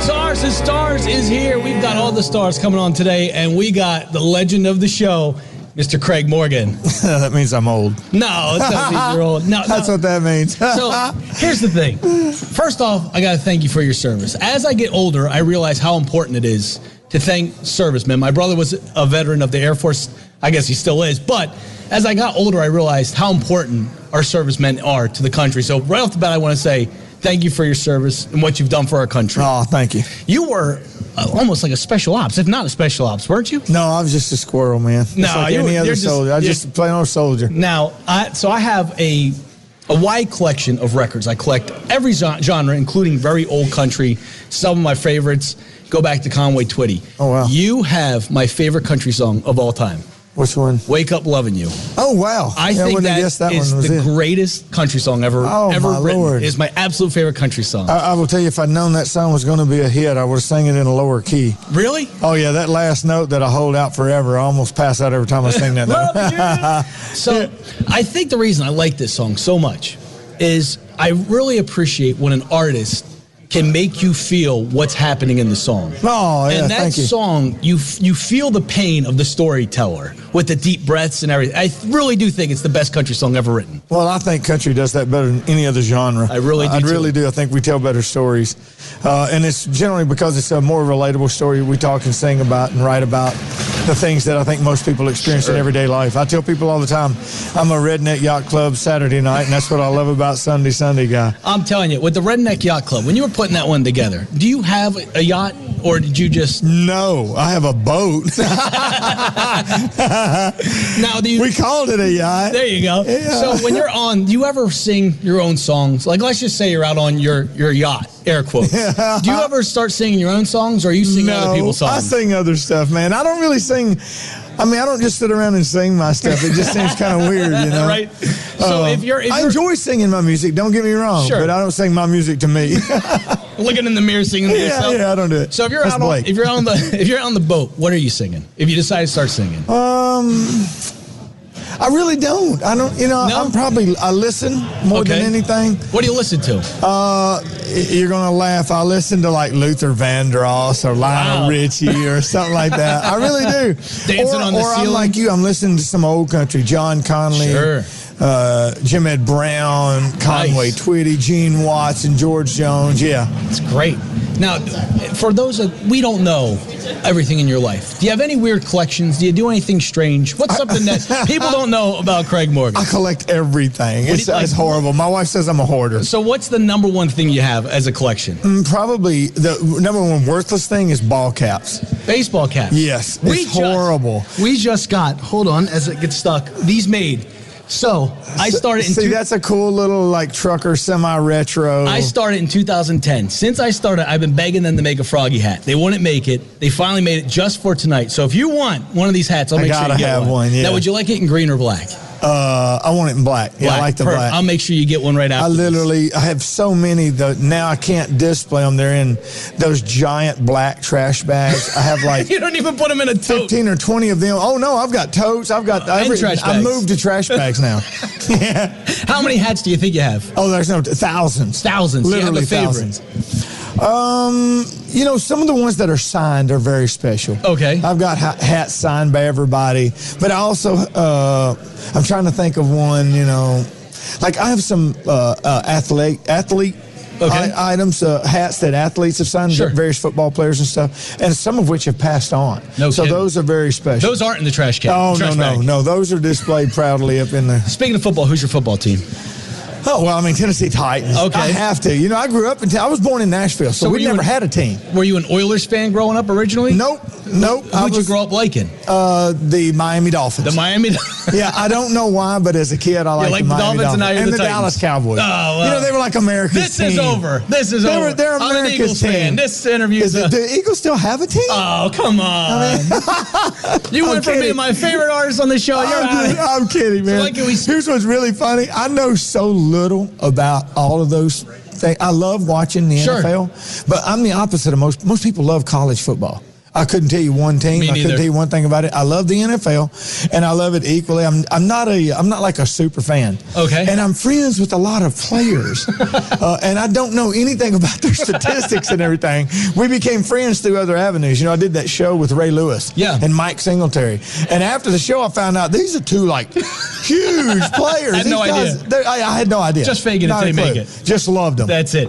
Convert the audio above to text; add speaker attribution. Speaker 1: House of Stars is here. We've got all the stars coming on today, and we got the legend of the show, Mr. Craig Morgan.
Speaker 2: that means I'm old.
Speaker 1: No, it's not that you're old. No,
Speaker 2: That's
Speaker 1: no.
Speaker 2: what that means.
Speaker 1: So here's the thing. First off, I got to thank you for your service. As I get older, I realize how important it is to thank servicemen. My brother was a veteran of the Air Force. I guess he still is. But as I got older, I realized how important our servicemen are to the country. So right off the bat, I want to say thank you for your service and what you've done for our country.
Speaker 2: oh, thank you.
Speaker 1: You were uh, almost like a special ops, if not a special ops, weren't you?
Speaker 2: No, I was just a squirrel, man. Just
Speaker 1: No,
Speaker 2: like
Speaker 1: you were-
Speaker 2: any
Speaker 1: you're
Speaker 2: other
Speaker 1: just-
Speaker 2: soldier. I was
Speaker 1: you're-
Speaker 2: just a plain old soldier.
Speaker 1: Now, I, so I have a a wide collection of records. I collect every gen- genre, including very old country. Some of my favorites go back to Conway Twitty.
Speaker 2: Oh, wow.
Speaker 1: You have my favorite country song of all time,
Speaker 2: Which one?
Speaker 1: "Wake Up Loving You."
Speaker 2: Oh, wow.
Speaker 1: I
Speaker 2: Yeah,
Speaker 1: think
Speaker 2: wouldn't have
Speaker 1: that
Speaker 2: guessed
Speaker 1: is
Speaker 2: was
Speaker 1: the
Speaker 2: it.
Speaker 1: greatest country song ever
Speaker 2: Oh,
Speaker 1: ever
Speaker 2: my
Speaker 1: written.
Speaker 2: Lord. Uh,
Speaker 1: It's my absolute favorite country song.
Speaker 2: I, I will tell you, if I'd known that song was going to be a hit, I would have sang it in a lower key.
Speaker 1: really?
Speaker 2: Oh, yeah, that last note that I hold out forever, I almost pass out every time I sing that note.
Speaker 1: Love you. so I think the reason I like this song so much is I really appreciate when an artist can make you feel what's happening in the song.
Speaker 2: Oh, yeah,
Speaker 1: and that
Speaker 2: thank you.
Speaker 1: song, you f- you feel the pain of the storyteller with the deep breaths and everything. I th- really do think it's the best country song ever written.
Speaker 2: Well, I think country does that better than any other genre.
Speaker 1: I really do,
Speaker 2: I
Speaker 1: too.
Speaker 2: really do. I think we tell better stories, uh, and it's generally because it's a more relatable story. We talk and sing about and write about the things that I think most people experience in everyday life. I tell people all the time, I'm a redneck yacht club Saturday night, and that's what I love about Sunday Sunday guy.
Speaker 1: I'm telling you, with the Redneck Yacht Club, when you were putting that one together, do you have a yacht or did you just
Speaker 2: No, I have a boat.
Speaker 1: now do you
Speaker 2: we called it a yacht.
Speaker 1: There you go.
Speaker 2: Yeah.
Speaker 1: So when you're on, do you ever sing your own songs? Like let's just say you're out on your your yacht, air quotes. Do you ever start singing your own songs, or are you singing other people's songs?
Speaker 2: I sing other stuff, man. I don't really sing. I mean, I don't just sit around and sing my stuff. It just seems kind of weird, you know.
Speaker 1: Right. So
Speaker 2: Um,
Speaker 1: if you're, if
Speaker 2: I
Speaker 1: you're
Speaker 2: enjoy singing my music. Don't get me wrong,
Speaker 1: Sure.
Speaker 2: but I don't sing my music to me.
Speaker 1: looking in the mirror singing to
Speaker 2: Yeah,
Speaker 1: yourself,
Speaker 2: yeah, I don't do it.
Speaker 1: So if you're
Speaker 2: That's
Speaker 1: out on,
Speaker 2: Blake.
Speaker 1: if you're on the if you're on the boat, what are you singing? If you decide to start singing,
Speaker 2: Uh, Um, I really don't. I don't. You know,
Speaker 1: No?
Speaker 2: I'm probably I listen more
Speaker 1: Okay.
Speaker 2: than anything.
Speaker 1: what do you listen to?
Speaker 2: Uh, y- you're gonna laugh. I listen to like Luther Vandross or Lionel
Speaker 1: Wow.
Speaker 2: Richie or something like that. I really do.
Speaker 1: Dancing
Speaker 2: or,
Speaker 1: on the
Speaker 2: or I'm
Speaker 1: ceiling.
Speaker 2: like you. I'm listening to some old country. John Conley,
Speaker 1: Sure.
Speaker 2: uh, Jim Ed Brown, Conway
Speaker 1: Nice.
Speaker 2: Twitty, Gene Watts, and George Jones. Yeah.
Speaker 1: It's great. Now, for those that we don't know everything in your life, do you have any weird collections? Do you do anything strange? What's something that people don't know about Craig Morgan?
Speaker 2: I collect everything.
Speaker 1: do
Speaker 2: It's,
Speaker 1: you like-
Speaker 2: it's horrible. My wife says I'm a hoarder.
Speaker 1: So, what's the number one thing you have as a collection?
Speaker 2: Mm. Probably the number one worthless thing is ball caps.
Speaker 1: Baseball caps.
Speaker 2: Yes, it's horrible.
Speaker 1: Just, we just got. Hold on, as it gets stuck. These made. So I started in.
Speaker 2: See,
Speaker 1: two-
Speaker 2: that's a cool little like trucker semi retro.
Speaker 1: I started in 2010. Since I started, I've been begging them to make a froggy hat. They wouldn't make it. They finally made it just for tonight. So if you want one of these hats, I'll
Speaker 2: I
Speaker 1: make sure
Speaker 2: gotta
Speaker 1: you get
Speaker 2: have one, yeah.
Speaker 1: Now, would you like it in green or black?
Speaker 2: uh, I want it in black. Yeah, I like the
Speaker 1: Perfect.
Speaker 2: black.
Speaker 1: I'll make sure you get one right after.
Speaker 2: I
Speaker 1: this.
Speaker 2: literally, I have so many that now I can't display them. They're in those giant black trash bags. I have like
Speaker 1: You don't even put them in a tote.
Speaker 2: 15 or 20 of them. Oh no, I've got totes. I've got
Speaker 1: and
Speaker 2: every,
Speaker 1: trash
Speaker 2: I
Speaker 1: bags.
Speaker 2: moved to trash bags now. yeah.
Speaker 1: How many hats do you think you have?
Speaker 2: Oh, there's no thousands.
Speaker 1: Thousands. Do you have a
Speaker 2: Literally
Speaker 1: favorite?
Speaker 2: thousands. Um, you know, some of the ones that are signed are very special.
Speaker 1: Okay.
Speaker 2: I've got ha- hats signed by everybody, but I also uh, I'm trying to think of one. You know, like I have some uh, uh, athlete athlete.
Speaker 1: Okay.
Speaker 2: I- items, uh, hats that athletes have signed,
Speaker 1: Sure.
Speaker 2: various football players and stuff, and some of which have passed on.
Speaker 1: No
Speaker 2: so
Speaker 1: kidding.
Speaker 2: those are very special.
Speaker 1: Those aren't in the trash can.
Speaker 2: oh no
Speaker 1: trash
Speaker 2: no
Speaker 1: bag.
Speaker 2: no, those are displayed proudly up in the.
Speaker 1: Speaking of football, who's your football team?
Speaker 2: Oh well, I mean Tennessee Titans.
Speaker 1: Okay.
Speaker 2: I have to. You know, I grew up in. I was born in Nashville, so,
Speaker 1: So were
Speaker 2: we
Speaker 1: you
Speaker 2: never
Speaker 1: an-
Speaker 2: had a team.
Speaker 1: Were you an Oilers fan growing up originally?
Speaker 2: Nope, nope. I
Speaker 1: Who'd you
Speaker 2: was,
Speaker 1: grow up liking?
Speaker 2: Uh, the Miami Dolphins.
Speaker 1: The Miami.
Speaker 2: yeah, I don't know why, but as a kid, I liked
Speaker 1: like
Speaker 2: the
Speaker 1: the
Speaker 2: Miami
Speaker 1: Dolphins and now you're
Speaker 2: and
Speaker 1: the
Speaker 2: the,
Speaker 1: Titans.
Speaker 2: Dallas
Speaker 1: Oh,
Speaker 2: Cowboys.
Speaker 1: well.
Speaker 2: You know, they were like America's
Speaker 1: this
Speaker 2: team.
Speaker 1: is over. This is
Speaker 2: They
Speaker 1: over.
Speaker 2: were, they're
Speaker 1: I'm
Speaker 2: America's
Speaker 1: an Eagles
Speaker 2: team.
Speaker 1: fan. This interview
Speaker 2: is
Speaker 1: is.
Speaker 2: it,
Speaker 1: A-
Speaker 2: Do the Eagles still have a team?
Speaker 1: oh come on! you went from
Speaker 2: kidding.
Speaker 1: being my favorite artist on the show. You're out.
Speaker 2: I'm,
Speaker 1: of-
Speaker 2: I'm Oh, kidding, man.
Speaker 1: like, can we-
Speaker 2: Here's what's really funny. I know so little about all of those things. I love watching the
Speaker 1: Sure.
Speaker 2: NFL, but I'm the opposite of most. Most people love college football. I couldn't tell you one team.
Speaker 1: Me
Speaker 2: I
Speaker 1: neither.
Speaker 2: couldn't tell you one thing about it. I love the NFL, and I love it equally. I'm I'm not a I'm not like a super fan.
Speaker 1: Okay.
Speaker 2: And I'm friends with a lot of players, uh, and I don't know anything about their statistics and everything. We became friends through other avenues. You know, I did that show with Ray Lewis.
Speaker 1: Yeah.
Speaker 2: And Mike Singletary. And after the show, I found out these are two like huge players.
Speaker 1: I had no
Speaker 2: These guys,
Speaker 1: idea.
Speaker 2: they're- I, I had no idea.
Speaker 1: Just fake it
Speaker 2: Not
Speaker 1: until
Speaker 2: a
Speaker 1: you
Speaker 2: clue.
Speaker 1: make it.
Speaker 2: Just loved them.
Speaker 1: That's it.